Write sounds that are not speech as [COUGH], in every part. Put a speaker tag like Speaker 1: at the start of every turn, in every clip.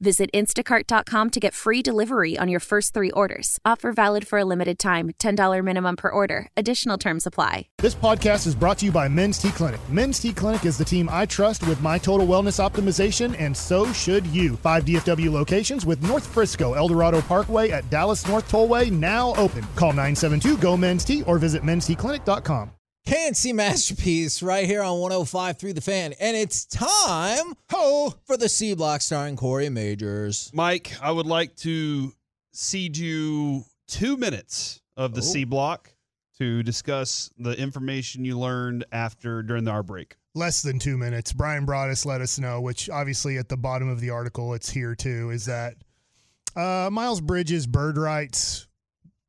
Speaker 1: Visit instacart.com to get free delivery on your first three orders. Offer valid for a limited time $10 minimum per order. Additional terms apply.
Speaker 2: This podcast is brought to you by Men's T Clinic. Men's T Clinic is the team I trust with my total wellness optimization, and so should you. Five DFW locations with North Frisco, Eldorado Parkway at Dallas North Tollway now open. Call 972 GO Men's T or visit mensteclinic.com.
Speaker 3: KNC Masterpiece right here on 105 through the fan. And it's time ho for the C block starring Corey Majors.
Speaker 4: Mike, I would like to cede you two minutes of the
Speaker 3: Oh.
Speaker 4: C block to discuss the information you learned after during the our break.
Speaker 2: Less than two minutes. Brian Broaddus let us know, which obviously at the bottom of the article, it's here too, is that uh, Miles Bridges' bird rights.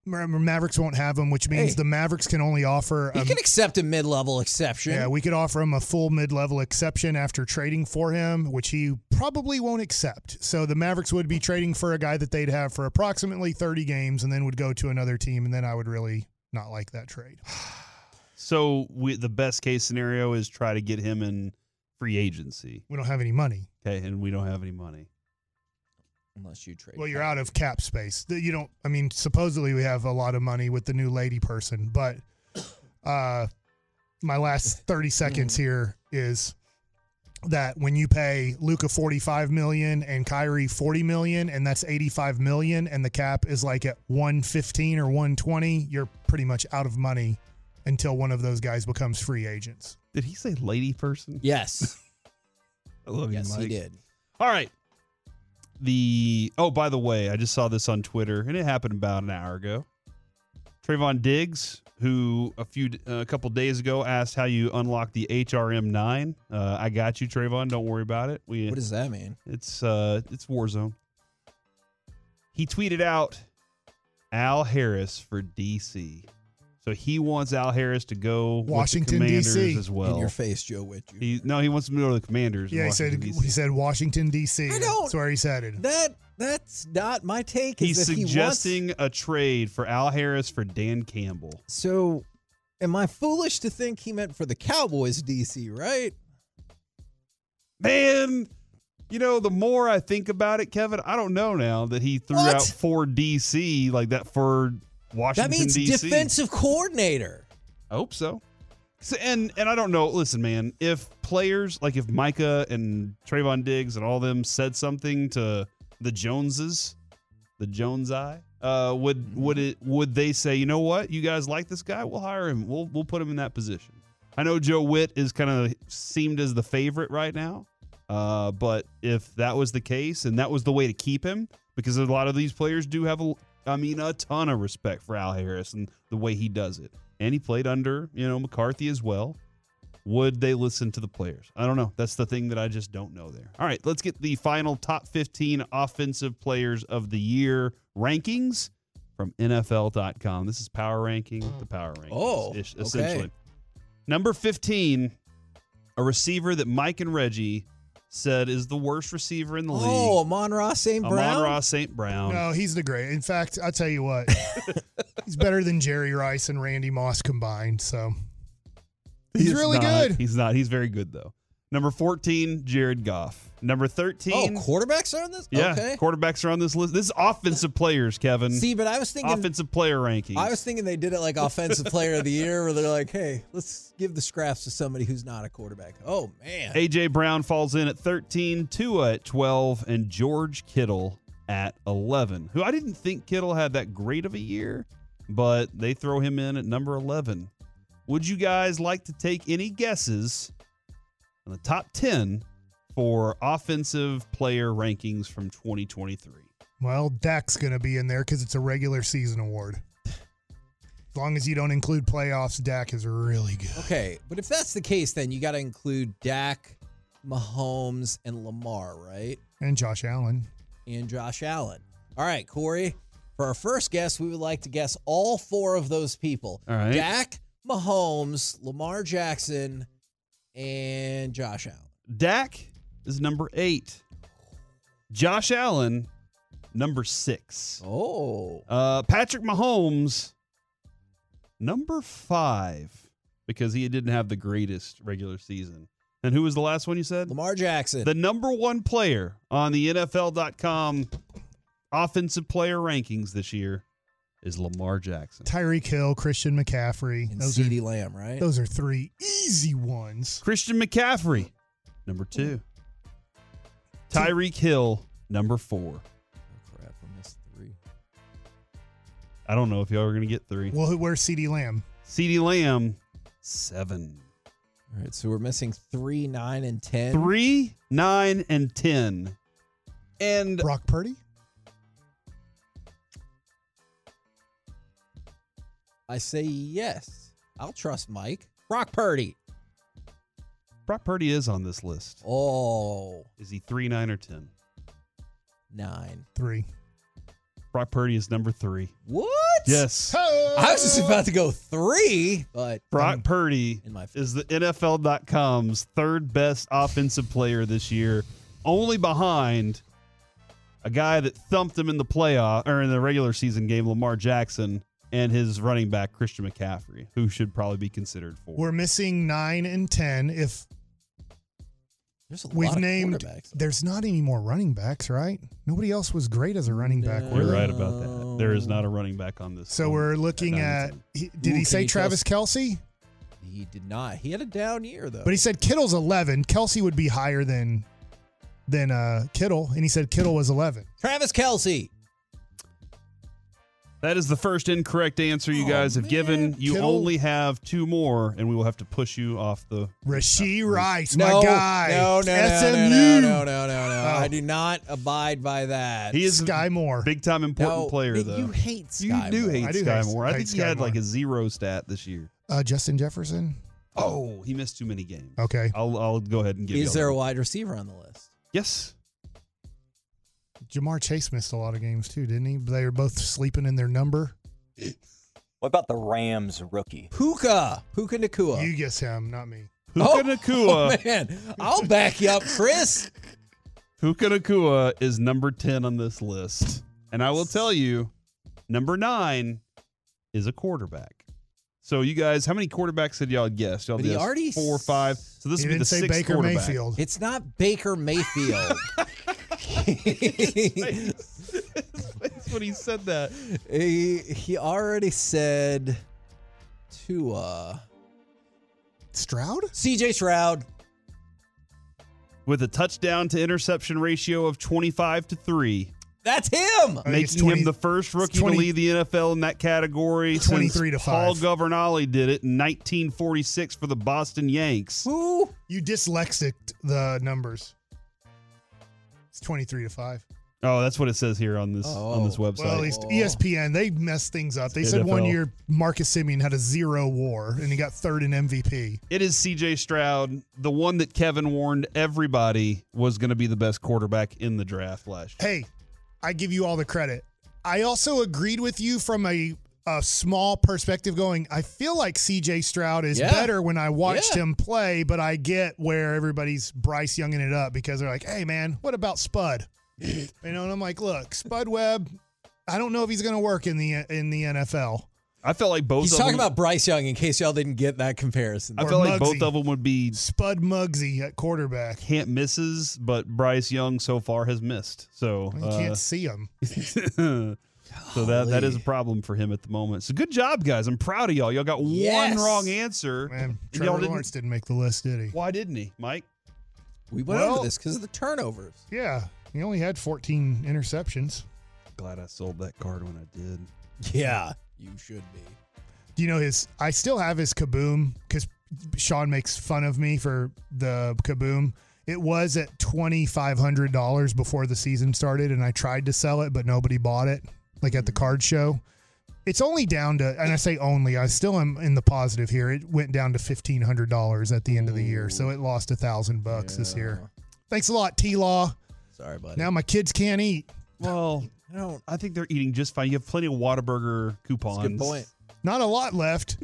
Speaker 2: Ma- Mavericks won't have them, which means
Speaker 3: Hey.
Speaker 2: the Mavericks can only offer
Speaker 4: Um,
Speaker 3: You
Speaker 2: a
Speaker 3: can accept a mid level exception.
Speaker 2: Yeah, we could offer him a full mid level exception after trading for him, which he probably won't accept. So the Mavericks would be trading for a guy that they'd have for approximately 30 games and then would go to another team. And then I would really not like that trade.
Speaker 4: So we, the best case scenario is try to get him in free agency.
Speaker 2: We don't have any money.
Speaker 4: Okay, and we don't have any money.
Speaker 3: Unless you trade.
Speaker 2: Well, you're
Speaker 3: back.
Speaker 2: out of cap space. Th- You don't, I mean, supposedly we have a lot of money with the new lady person, but [COUGHS] uh, my last 30 seconds here is that when you pay Luca 45 million and Kyrie 40 million, and that's 85 million, and the cap is like at 115 or 120, you're pretty much out of money until one of those guys becomes free agents.
Speaker 4: Did he say lady person?
Speaker 3: Yes.
Speaker 4: I [LAUGHS] love you,
Speaker 3: yes, he
Speaker 4: Mike.
Speaker 3: did.
Speaker 4: All right. The oh, by the way, I just saw this on Twitter, and it happened about an hour ago. Trayvon Diggs, who a few uh, a couple days ago asked how you unlock the HRM nine. Uh, I got you, Trayvon. Don't worry about it. We
Speaker 3: What does that mean?
Speaker 4: it's uh it's Warzone. He tweeted out Al Harris for DC. So he wants Al Harris to go with the
Speaker 2: Washington,
Speaker 4: Commanders
Speaker 2: DC.
Speaker 4: as well.
Speaker 3: In your face, Joe Witcher.
Speaker 4: He, no, he wants him to go to the Commanders. in
Speaker 2: Yeah, he said,
Speaker 4: Washington,
Speaker 2: he
Speaker 4: DC.
Speaker 2: said Washington, D.C.
Speaker 3: I don't-
Speaker 2: That's where he's headed.
Speaker 3: that that's not my take. is
Speaker 4: He's
Speaker 3: that he wants-
Speaker 4: suggesting a trade for Al Harris for Dan Campbell.
Speaker 3: so am I foolish to think he meant for the Cowboys DC, right?
Speaker 4: Man, you know, the more I think about it, Kevin, I don't know now that he threw
Speaker 3: What?
Speaker 4: out for DC like that for Washington
Speaker 3: that means
Speaker 4: DC.
Speaker 3: defensive coordinator.
Speaker 4: I hope so. So- And and I don't know. Listen, man, if players like if Micah and Trayvon Diggs and all them said something to the Joneses, the Jones Eye, uh, would would it would they say, you know what, you guys like this guy? We'll hire him. We'll we'll put him in that position. I know Joe Witt is kind of seemed as the favorite right now, uh, but if that was the case and that was the way to keep him, because a lot of these players do have a, I mean, a ton of respect for Al Harris and the way he does it, and he played under you know McCarthy as well. Would they listen to the players? I don't know. That's the thing that I just don't know there. All right, let's get the final top 15 offensive players of the year rankings from NFL.com. This is power ranking, the power rankings.
Speaker 3: Oh,
Speaker 4: ish-
Speaker 3: okay.
Speaker 4: essentially. Number 15, a receiver that Mike and Reggie said is the worst receiver in the
Speaker 3: Oh,
Speaker 4: league.
Speaker 3: Amon Ross St. Brown.
Speaker 4: Amon Ross St.
Speaker 3: Um,
Speaker 4: Brown.
Speaker 2: No, he's the great. In fact, I'll tell you
Speaker 3: [LAUGHS]
Speaker 2: what, he's better than Jerry Rice and Randy Moss combined. So he's, really
Speaker 4: not.
Speaker 2: good.
Speaker 4: He's not. He's very good though. Number 14, Jared Goff. Number 13.
Speaker 3: Oh, quarterbacks are on this?
Speaker 4: yeah,
Speaker 3: Okay.
Speaker 4: quarterbacks are on this list. This is offensive players, Kevin.
Speaker 3: See, but I was thinking
Speaker 4: offensive player rankings.
Speaker 3: I was thinking they did it like offensive player of the year where they're like, hey, let's give the scraps to somebody who's not a quarterback. Oh man.
Speaker 4: AJ Brown falls in at 13, Tua at 12, and George Kittle at 11. Who I didn't think Kittle had that great of a year, but they throw him in at number 11. Would you guys like to take any guesses on the top 10 for offensive player rankings from 2023?
Speaker 2: Well, Dak's going to be in there because it's a regular season award. As long as you don't include playoffs, Dak is really good.
Speaker 3: Okay, but if that's the case, then you gotta include Dak, Mahomes, and Lamar, right?
Speaker 2: And Josh Allen.
Speaker 3: And Josh Allen. All right, Corey. For our first guess, we would like to guess all four of those people.
Speaker 4: All right.
Speaker 3: Dak, Mahomes, Lamar Jackson, and Josh Allen.
Speaker 4: Dak is number eight. Josh Allen number six.
Speaker 3: Oh.
Speaker 4: Uh, Patrick Mahomes, number five, because he didn't have the greatest regular season. And who was the last one you said?
Speaker 3: Lamar Jackson.
Speaker 4: The number one player on the NFL.com offensive player rankings this year is Lamar Jackson.
Speaker 2: Tyreek Hill, Christian McCaffrey.
Speaker 3: and
Speaker 2: Those are,
Speaker 3: CeeDee Lamb, right?
Speaker 2: those are three easy ones.
Speaker 4: Christian McCaffrey, number two. Tyreek Hill, number four.
Speaker 3: Oh, crap, I missed three.
Speaker 4: I don't know if y'all are going to get three.
Speaker 2: Well, who- where's CD Lamb?
Speaker 4: CeeDee Lamb, seven.
Speaker 3: All right, so we're missing three, nine, and ten.
Speaker 4: Three, nine, and 10. And
Speaker 2: Brock Purdy?
Speaker 3: I say yes. I'll trust Mike. Brock Purdy.
Speaker 4: Brock Purdy is on this list.
Speaker 3: Oh,
Speaker 4: Is he three, nine, or 10?
Speaker 3: nine.
Speaker 2: Three.
Speaker 4: Brock Purdy is number three.
Speaker 3: What?
Speaker 4: Yes.
Speaker 3: I was just about to go three, but
Speaker 4: Brock Purdy
Speaker 3: in my
Speaker 4: is the NFL.com's third best offensive player this year, only behind a guy that thumped him in the playoff or in the regular season game, Lamar Jackson, and his running back Christian McCaffrey, who should probably be considered for.
Speaker 2: We're missing nine and 10. If
Speaker 3: there's a
Speaker 2: we've
Speaker 3: lot of
Speaker 2: named,
Speaker 3: quarterbacks.
Speaker 2: there's not any more running backs, right? Nobody else was great as a running back.
Speaker 3: No.
Speaker 2: were
Speaker 4: You're
Speaker 2: they?
Speaker 4: right about that. There is not a running back on this.
Speaker 2: So
Speaker 4: on-
Speaker 2: we're looking
Speaker 4: nine
Speaker 2: at,
Speaker 4: and 10.
Speaker 2: he,
Speaker 3: Ooh,
Speaker 2: did he
Speaker 3: can
Speaker 2: say
Speaker 3: you tell
Speaker 2: Travis
Speaker 3: us-
Speaker 2: Kelsey?
Speaker 3: He did not. He had a down year though.
Speaker 2: But he said Kittle's 11. Kelsey would be higher than than uh, Kittle, and he said Kittle was 11.
Speaker 3: Travis Kelsey.
Speaker 4: That is the first incorrect answer you
Speaker 3: Oh,
Speaker 4: guys have
Speaker 3: man.
Speaker 4: given. You
Speaker 2: Kittle.
Speaker 4: only have two more, and we will have to push you off the.
Speaker 2: Rasheed Rice,
Speaker 3: no,
Speaker 2: my guy.
Speaker 3: No, no, no,
Speaker 2: SMU.
Speaker 3: no, no, no, no, no, no.
Speaker 2: Oh.
Speaker 3: I do not abide by that.
Speaker 4: He is
Speaker 2: Sky Moore.
Speaker 4: a big time important
Speaker 3: No,
Speaker 4: player,
Speaker 3: Nick,
Speaker 4: though.
Speaker 3: You hate
Speaker 4: You
Speaker 3: Sky
Speaker 4: do
Speaker 3: Moore.
Speaker 4: hate
Speaker 2: I do
Speaker 4: Sky
Speaker 2: hate-
Speaker 4: Moore. I,
Speaker 2: I
Speaker 4: think
Speaker 2: hate
Speaker 4: he
Speaker 2: Sky
Speaker 4: had like
Speaker 2: Moore.
Speaker 4: a zero stat this year.
Speaker 2: Uh, Justin Jefferson.
Speaker 4: Oh, he missed too many games.
Speaker 2: Okay.
Speaker 4: I'll I'll go ahead and give.
Speaker 3: Is
Speaker 4: y'all
Speaker 3: there
Speaker 4: that.
Speaker 3: a wide receiver on the list?
Speaker 4: Yes.
Speaker 2: Jamar Chase missed a lot of games too, didn't he? They were both sleeping in their number.
Speaker 5: What about the Rams rookie?
Speaker 3: Puka. Puka Nakua.
Speaker 2: You guess him, not me.
Speaker 4: Puka
Speaker 3: Oh, [LAUGHS]
Speaker 4: Nakua.
Speaker 3: Oh, [LAUGHS] man, I'll back you up, Chris.
Speaker 4: Puka Nakua is number ten on this list, and I will tell you, number nine is a quarterback. So you guys, how many quarterbacks had y'all guessed? Y'all
Speaker 3: But he
Speaker 4: guessed
Speaker 3: already
Speaker 4: four or
Speaker 3: s-
Speaker 4: five. So this
Speaker 2: he
Speaker 4: would be
Speaker 2: didn't
Speaker 4: the
Speaker 2: say
Speaker 4: sixth
Speaker 2: Baker
Speaker 4: quarterback.
Speaker 2: Mayfield.
Speaker 3: It's not
Speaker 2: [LAUGHS]
Speaker 3: Baker Mayfield. he,
Speaker 4: [LAUGHS] That's when he said that.
Speaker 3: he already said Tua.
Speaker 2: Stroud?
Speaker 3: CJ Shroud.
Speaker 4: With a touchdown to interception ratio of 25 to 3,
Speaker 3: That's him.
Speaker 2: I think it's
Speaker 4: making
Speaker 2: 20
Speaker 4: him the first rookie
Speaker 2: 20
Speaker 4: to lead the NFL in that category. since
Speaker 2: 23 to
Speaker 4: Paul
Speaker 2: five.
Speaker 4: Governale did it in 1946 for the Boston Yanks.
Speaker 3: Who?
Speaker 2: You dyslexic the numbers. It's 23 to 5.
Speaker 4: Oh, that's what it says here on this on this
Speaker 3: Oh.
Speaker 4: website.
Speaker 2: Well, at least E
Speaker 3: Oh.
Speaker 2: ESPN, they messed things up. They said
Speaker 4: NFL.
Speaker 2: one year Marcus Simeon had a zero war and he got third in MVP.
Speaker 4: it is CJ Stroud, the one that Kevin warned everybody was going to be the best quarterback in the draft last year.
Speaker 2: Hey, I give you all the credit. I also agreed with you from a, a small perspective going, I feel like CJ Stroud is
Speaker 3: Yeah.
Speaker 2: better when I watched
Speaker 3: Yeah.
Speaker 2: him play, but I get where everybody's Bryce younging it up because they're like, hey, man, what
Speaker 4: [LAUGHS]
Speaker 2: about Spud? you know, and I'm like, look, Spud Webb, I don't know if he's going to work in the in the NFL.
Speaker 4: I felt like both
Speaker 3: He's
Speaker 4: of
Speaker 3: talking
Speaker 4: them,
Speaker 3: about Bryce Young in case y'all didn't get that comparison.
Speaker 4: I
Speaker 2: or
Speaker 4: felt like
Speaker 2: Muggsy.
Speaker 4: both of them would be
Speaker 2: Spud Muggsy at quarterback.
Speaker 4: can't misses, but Bryce Young so far has missed. So,
Speaker 2: You
Speaker 4: uh,
Speaker 2: can't see him.
Speaker 4: so that that is a problem for him at the moment. So good job, guys. I'm proud of y'all. Y'all got
Speaker 3: Yes.
Speaker 4: one wrong answer.
Speaker 2: Man,
Speaker 4: and [LAUGHS] y'all
Speaker 2: Trevor
Speaker 4: didn't-
Speaker 2: Lawrence didn't make the list, did he?
Speaker 4: Why didn't he, Mike?
Speaker 3: We went
Speaker 2: Well-
Speaker 3: over this because of the turnovers.
Speaker 2: Yeah, he only had 14 interceptions.
Speaker 4: Glad I sold that card when I did.
Speaker 3: Yeah, you should be.
Speaker 2: Do you know his? I still have his kaboom because Sean makes fun of me for the kaboom. It was at twenty five hundred dollars before the season started, and I tried to sell it, but nobody bought it. Like
Speaker 3: Hmm.
Speaker 2: at the card show, it's only down to, and I say only, I still am in the positive here. It went down to fifteen hundred dollars at the end of the year, so it lost a thousand bucks this year. Thanks a lot, T Law.
Speaker 3: Sorry, buddy.
Speaker 2: Now my kids can't eat.
Speaker 4: Well,
Speaker 3: I don't.
Speaker 4: I think they're eating just fine. You have plenty of Whataburger coupons.
Speaker 3: That's a good point.
Speaker 2: Not a lot left.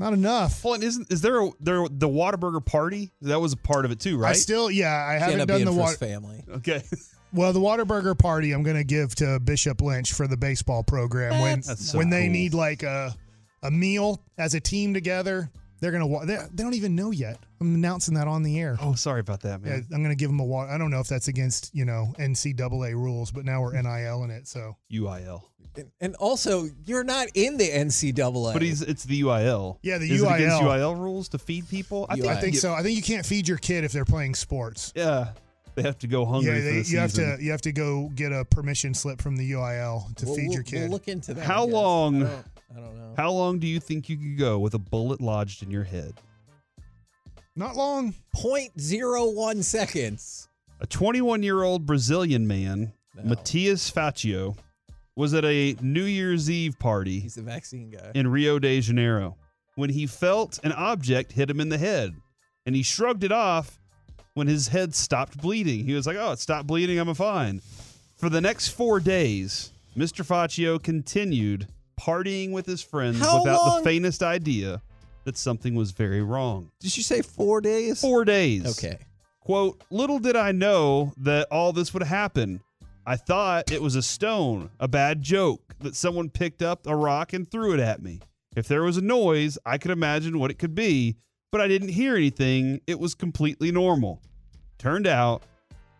Speaker 2: Not enough.
Speaker 4: Well, and isn't is there a, there the Whataburger party? That was a part of it too, right?
Speaker 2: I still, yeah, I
Speaker 3: Can't
Speaker 2: haven't
Speaker 3: up
Speaker 2: done
Speaker 3: being
Speaker 2: the
Speaker 3: for
Speaker 2: water.
Speaker 3: his family.
Speaker 4: okay. [LAUGHS]
Speaker 2: Well, the Waterburger party I'm going to give to Bishop Lynch for the baseball program when
Speaker 4: That's so
Speaker 2: when they
Speaker 4: cool.
Speaker 2: need like a a meal as a team together. They're going to wa- they, they don't even know yet. I'm announcing that on the air.
Speaker 4: Oh, sorry about that,
Speaker 2: Yeah,
Speaker 4: man.
Speaker 2: I'm going to give them a water. I don't know if that's against, you know, NCAA rules,
Speaker 4: [LAUGHS]
Speaker 2: but now we're NIL in it, so
Speaker 4: UIL.
Speaker 3: And- And also, you're not in the NCAA.
Speaker 4: But he's it's the UIL.
Speaker 2: Yeah, the
Speaker 4: Is it against
Speaker 2: UIL.
Speaker 4: UIL rules to feed people. I think
Speaker 2: I
Speaker 3: Right.
Speaker 2: think
Speaker 4: yeah,
Speaker 2: so. I think you can't feed your kid if they're playing sports.
Speaker 4: Yeah, they have to go hungry.
Speaker 2: yeah,
Speaker 4: for the
Speaker 2: they, you have
Speaker 4: season.
Speaker 2: to you have to go get a permission slip from the UIL to
Speaker 3: We'll-
Speaker 2: feed
Speaker 3: we'll-
Speaker 2: your kid.
Speaker 3: We'll look into that. I
Speaker 4: How
Speaker 3: guess.
Speaker 4: long-
Speaker 3: I don't, I don't know.
Speaker 4: How long do you think you could go with a bullet lodged in your head?
Speaker 2: Not long.
Speaker 3: 0.01 seconds.
Speaker 4: A 21 year old Brazilian man,
Speaker 3: No.
Speaker 4: Matias Faccio, was at a New Year's Eve party
Speaker 3: He's the vaccine guy.
Speaker 4: in Rio de Janeiro when he felt an object hit him in the head and he shrugged it off when his head stopped bleeding. He was like, Oh, it stopped bleeding. I'm fine. For the next four days, Mr. Faccio continued partying with his friends
Speaker 3: How
Speaker 4: without
Speaker 3: long?
Speaker 4: the faintest idea that something was very wrong.
Speaker 3: Did you say four days?
Speaker 4: Four days.
Speaker 3: Okay.
Speaker 4: Quote, little did I know that all this would happen. I thought it was a stone, a bad joke, that someone picked up a rock and threw it at me. If there was a noise, I could imagine what it could be, but I didn't hear anything. It was completely normal. Turned out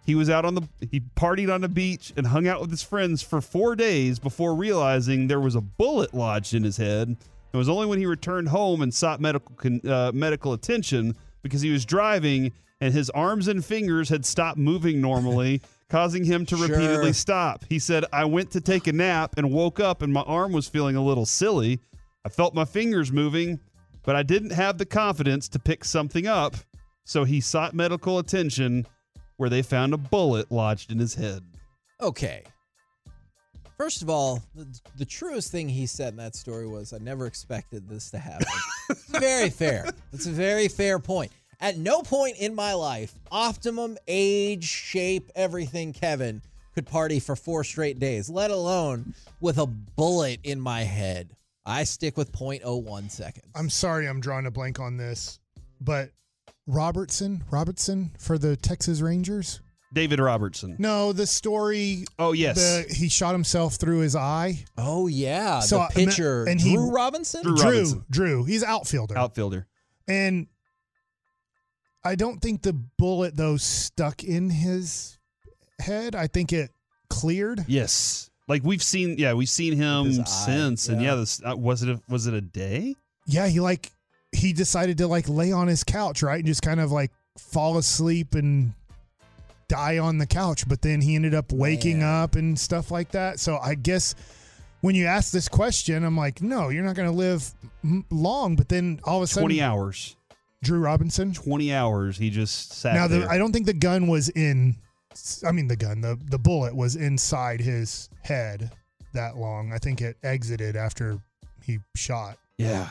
Speaker 4: he was out on the he partied on the beach and hung out with his friends for 4 days before realizing there was a bullet lodged in his head. It was only when he returned home and sought medical con, uh, medical attention because he was driving and his arms and fingers had stopped moving normally, causing him to
Speaker 3: Sure.
Speaker 4: repeatedly stop. He said, "I went to take a nap and woke up and my arm was feeling a little silly. I felt my fingers moving, but I didn't have the confidence to pick something up, so he sought medical attention where they found a bullet lodged in his head.
Speaker 3: Okay. First of all, the, the truest thing he said in that story was, I never expected this
Speaker 2: [LAUGHS]
Speaker 3: to happen. It's very fair. That's a very fair point. At no point in my life, optimum age, shape, everything, Kevin could party for four straight days, let alone with a bullet in my head. I stick with 0.01 seconds.
Speaker 2: I'm sorry I'm drawing a blank on this, but Robertson, Robertson for the Texas Rangers?
Speaker 4: David Robertson.
Speaker 2: No, the story
Speaker 4: Oh yes.
Speaker 2: the he shot himself through his eye.
Speaker 3: oh, yeah.
Speaker 2: So
Speaker 3: the
Speaker 2: I-
Speaker 3: pitcher,
Speaker 2: and he-
Speaker 3: Drew Robinson?
Speaker 4: Drew-
Speaker 2: Drew,
Speaker 4: Robinson.
Speaker 2: Drew, he's outfielder.
Speaker 4: outfielder.
Speaker 2: and I don't think the bullet though stuck in his head. I think it cleared.
Speaker 4: Yes. Like we've seen yeah, we've seen him
Speaker 3: With his eye,
Speaker 4: since and
Speaker 3: yeah.
Speaker 4: yeah, this uh, was it a, was it a day?
Speaker 2: Yeah, he like he decided to like lay on his couch, right? And just kind of like fall asleep and die on the couch, but then he ended up waking
Speaker 3: Man.
Speaker 2: up and stuff like that. So I guess when you ask this question, I'm like, no, you're not going to live m- long, but then all of a sudden
Speaker 4: 20 hours.
Speaker 2: Drew Robinson
Speaker 4: 20 hours he just sat
Speaker 2: Now the,
Speaker 4: there.
Speaker 2: I don't think the gun was in I mean the gun, the the bullet was inside his head that long. I think it exited after he shot.
Speaker 4: Yeah.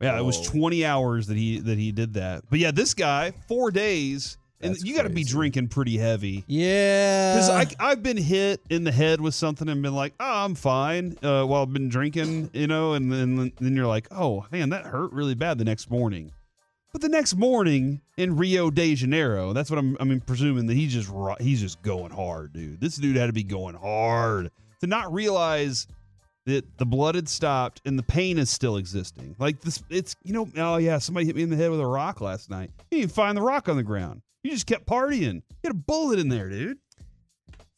Speaker 4: Yeah, it was
Speaker 3: Whoa.
Speaker 4: 20 hours that he that he did that. But yeah, this guy, 4 days and
Speaker 3: That's
Speaker 4: you got to be
Speaker 3: crazy.
Speaker 4: drinking pretty heavy.
Speaker 3: yeah.
Speaker 4: Because I've been hit in the head with something and been like, oh, I'm fine uh, while I've been drinking, you know, and then, then you're like, oh, man, that hurt really bad the next morning. But the next morning in Rio de Janeiro, that's what I'm, I'm presuming that he's just ro- he's just going hard, dude. This dude had to be going hard to not realize that the blood had stopped and the pain is still existing. Like this, it's you know, oh yeah, somebody hit me in the head with a rock last night. You didn't even find the rock on the ground. You just kept partying. You had a bullet in there, dude.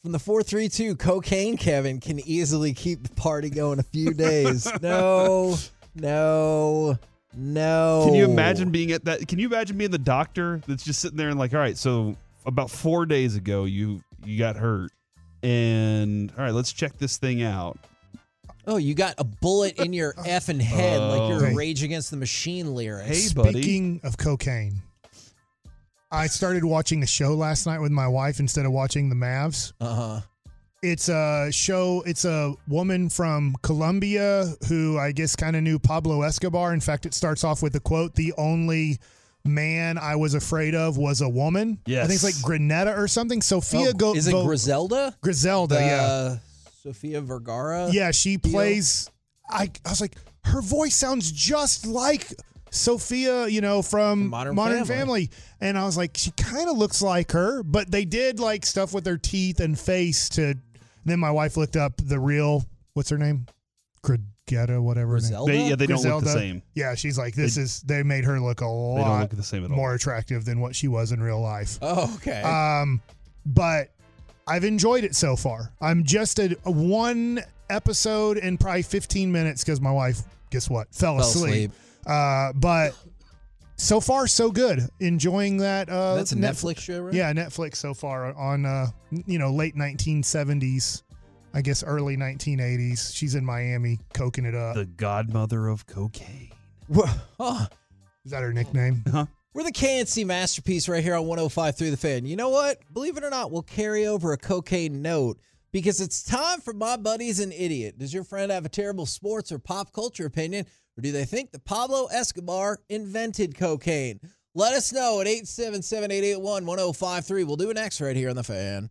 Speaker 3: From the 432, cocaine Kevin can easily keep the party going a few
Speaker 2: [LAUGHS]
Speaker 3: days. no, no, no.
Speaker 4: Can you imagine being at that? Can you imagine being the doctor that's just sitting there and like, all right, so about four days ago you you got hurt, and all right, let's check this thing out.
Speaker 3: Oh, you got a bullet
Speaker 2: [LAUGHS]
Speaker 3: in your effing head like you're a
Speaker 2: Oh.
Speaker 3: Rage Against the Machine lyrics.
Speaker 4: Hey, buddy.
Speaker 2: Speaking of cocaine, I started watching a show last night with my wife instead of watching the Mavs.
Speaker 3: Uh huh.
Speaker 2: It's a show, it's a woman from Colombia who I guess kind of knew Pablo Escobar. In fact, it starts off with a quote, the only man I was afraid of was a woman. I think it's
Speaker 4: Yes. Oh,
Speaker 2: like Granetta or something. Sophia Go-
Speaker 3: Oh, is it
Speaker 2: Vo-
Speaker 3: Griselda?
Speaker 2: Griselda, yeah.
Speaker 3: Uh, Sophia Vergara?
Speaker 2: Yeah, she
Speaker 3: Theo?
Speaker 2: plays I I was like her voice sounds just like Sophia, you know, from
Speaker 3: From
Speaker 2: Modern,
Speaker 3: Modern
Speaker 2: Family.
Speaker 3: Family.
Speaker 2: And I was like, she kind of looks like her, but they did like stuff with their teeth and face to. Then my wife looked up the real, what's her name? Cregetta, whatever. her name-
Speaker 3: Griselda?
Speaker 4: They, yeah, they don't look the
Speaker 2: Griselda.
Speaker 4: same.
Speaker 2: Yeah, she's like, this
Speaker 4: They-
Speaker 2: is, they made her look a
Speaker 4: They don't
Speaker 2: lot
Speaker 4: look the same at all.
Speaker 2: more attractive than what she was in real life.
Speaker 3: oh, okay.
Speaker 2: Um, but I've enjoyed it so far. I'm just at one episode and probably 15 minutes because my wife, guess what, fell,
Speaker 3: Fell
Speaker 2: asleep.
Speaker 3: asleep.
Speaker 2: Uh, but so far, so good. Enjoying that. Uh,
Speaker 3: That's a
Speaker 2: Netf-
Speaker 3: Netflix show, right?
Speaker 2: Yeah, Netflix so far on uh, you know late 1970s, I guess early 1980s. She's in Miami, coking it up.
Speaker 4: The godmother of cocaine.
Speaker 3: Huh.
Speaker 2: Is that her nickname?
Speaker 3: We're the KNC masterpiece right here on 105 through the fan. You know what? Believe it or not, we'll carry over a cocaine note because it's time for my buddy's an idiot. Does your friend have a terrible sports or pop culture opinion, or do they think that Pablo Escobar invented cocaine? Let us know at 877-881-1053. We'll do it next right here on the fan.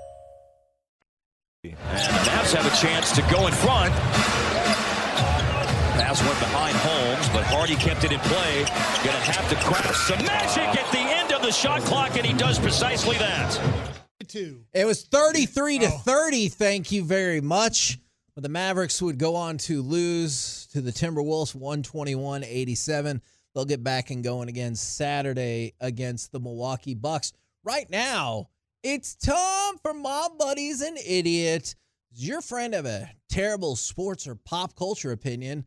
Speaker 5: And the Mavs have a chance to go in front. Pass went behind Holmes, but Hardy kept it in play. Gonna have to craft some magic at the end of the shot clock, and he does precisely that.
Speaker 2: Two.
Speaker 3: It was 33 to
Speaker 2: Oh.
Speaker 3: 30. Thank you very much. But the Mavericks would go on to lose to the Timberwolves 121 87. They'll get back and going again Saturday against the Milwaukee Bucks. Right now, it's time for My Buddy's an Idiot. Does your friend have a terrible sports or pop culture opinion?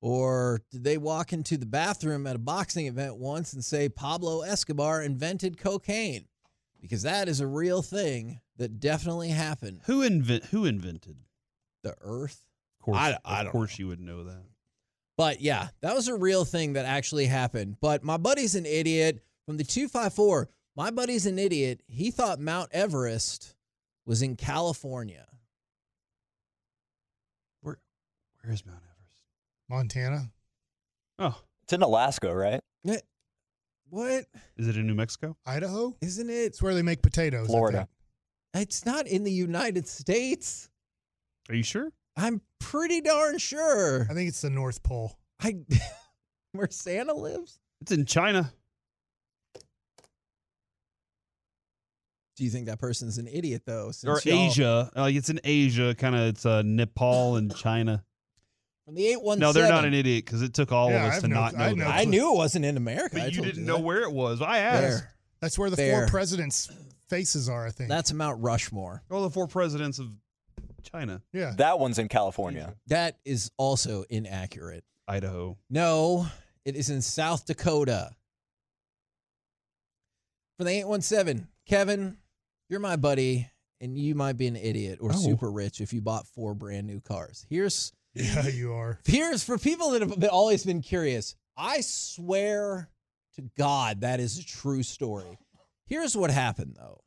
Speaker 3: Or did they walk into the bathroom at a boxing event once and say Pablo Escobar invented cocaine? because that is a real thing that definitely happened.
Speaker 4: Who invent? Who invented?
Speaker 3: The Earth.
Speaker 4: Of course,
Speaker 3: I- I
Speaker 4: of
Speaker 3: don't
Speaker 4: course you would know that.
Speaker 3: But yeah, that was a real thing that actually happened. But my buddy's an idiot from the 254. My buddy's an idiot. He thought Mount Everest was in California.
Speaker 4: Where, where is Mount Everest?
Speaker 2: Montana.
Speaker 4: Oh,
Speaker 5: It's in Alaska, right?
Speaker 3: Eh, What?
Speaker 4: is it in New Mexico?
Speaker 2: Idaho?
Speaker 3: Isn't it?
Speaker 2: It's where they make potatoes. I
Speaker 5: Florida.
Speaker 2: think.
Speaker 3: It's not in the United States.
Speaker 4: Are you sure?
Speaker 3: I'm pretty darn sure.
Speaker 2: I think it's the North Pole.
Speaker 3: I [LAUGHS] where Santa lives?
Speaker 4: It's in China.
Speaker 3: Do you think that person's an idiot though?
Speaker 4: or
Speaker 3: since y'all-
Speaker 4: Asia. Like it's in Asia, kind of. It's uh, Nepal and [LAUGHS] China.
Speaker 3: From the 817.
Speaker 4: No, they're not an idiot because it took all
Speaker 2: Yeah, I
Speaker 4: of us
Speaker 2: have
Speaker 4: to
Speaker 2: no-
Speaker 4: not
Speaker 2: I
Speaker 4: know.
Speaker 2: had no
Speaker 4: that.
Speaker 3: I knew it wasn't in America. I
Speaker 4: but you
Speaker 3: told
Speaker 4: didn't
Speaker 3: that.
Speaker 4: know where it was. I asked.
Speaker 3: There.
Speaker 2: That's where the
Speaker 3: There.
Speaker 2: four presidents' faces are, I think.
Speaker 3: That's Mount Rushmore.
Speaker 4: All the four presidents of China,
Speaker 2: yeah.
Speaker 5: That one's in California.
Speaker 3: That is also inaccurate.
Speaker 4: Idaho.
Speaker 3: No, it is in South Dakota. For the 817, Kevin, you're my buddy, and you might be an idiot or
Speaker 4: Oh.
Speaker 3: super rich if you bought four brand new cars. Here's
Speaker 2: [LAUGHS] yeah, you are.
Speaker 3: here's for people that have been, always been curious. I swear to God, that is a true story. Here's what happened though.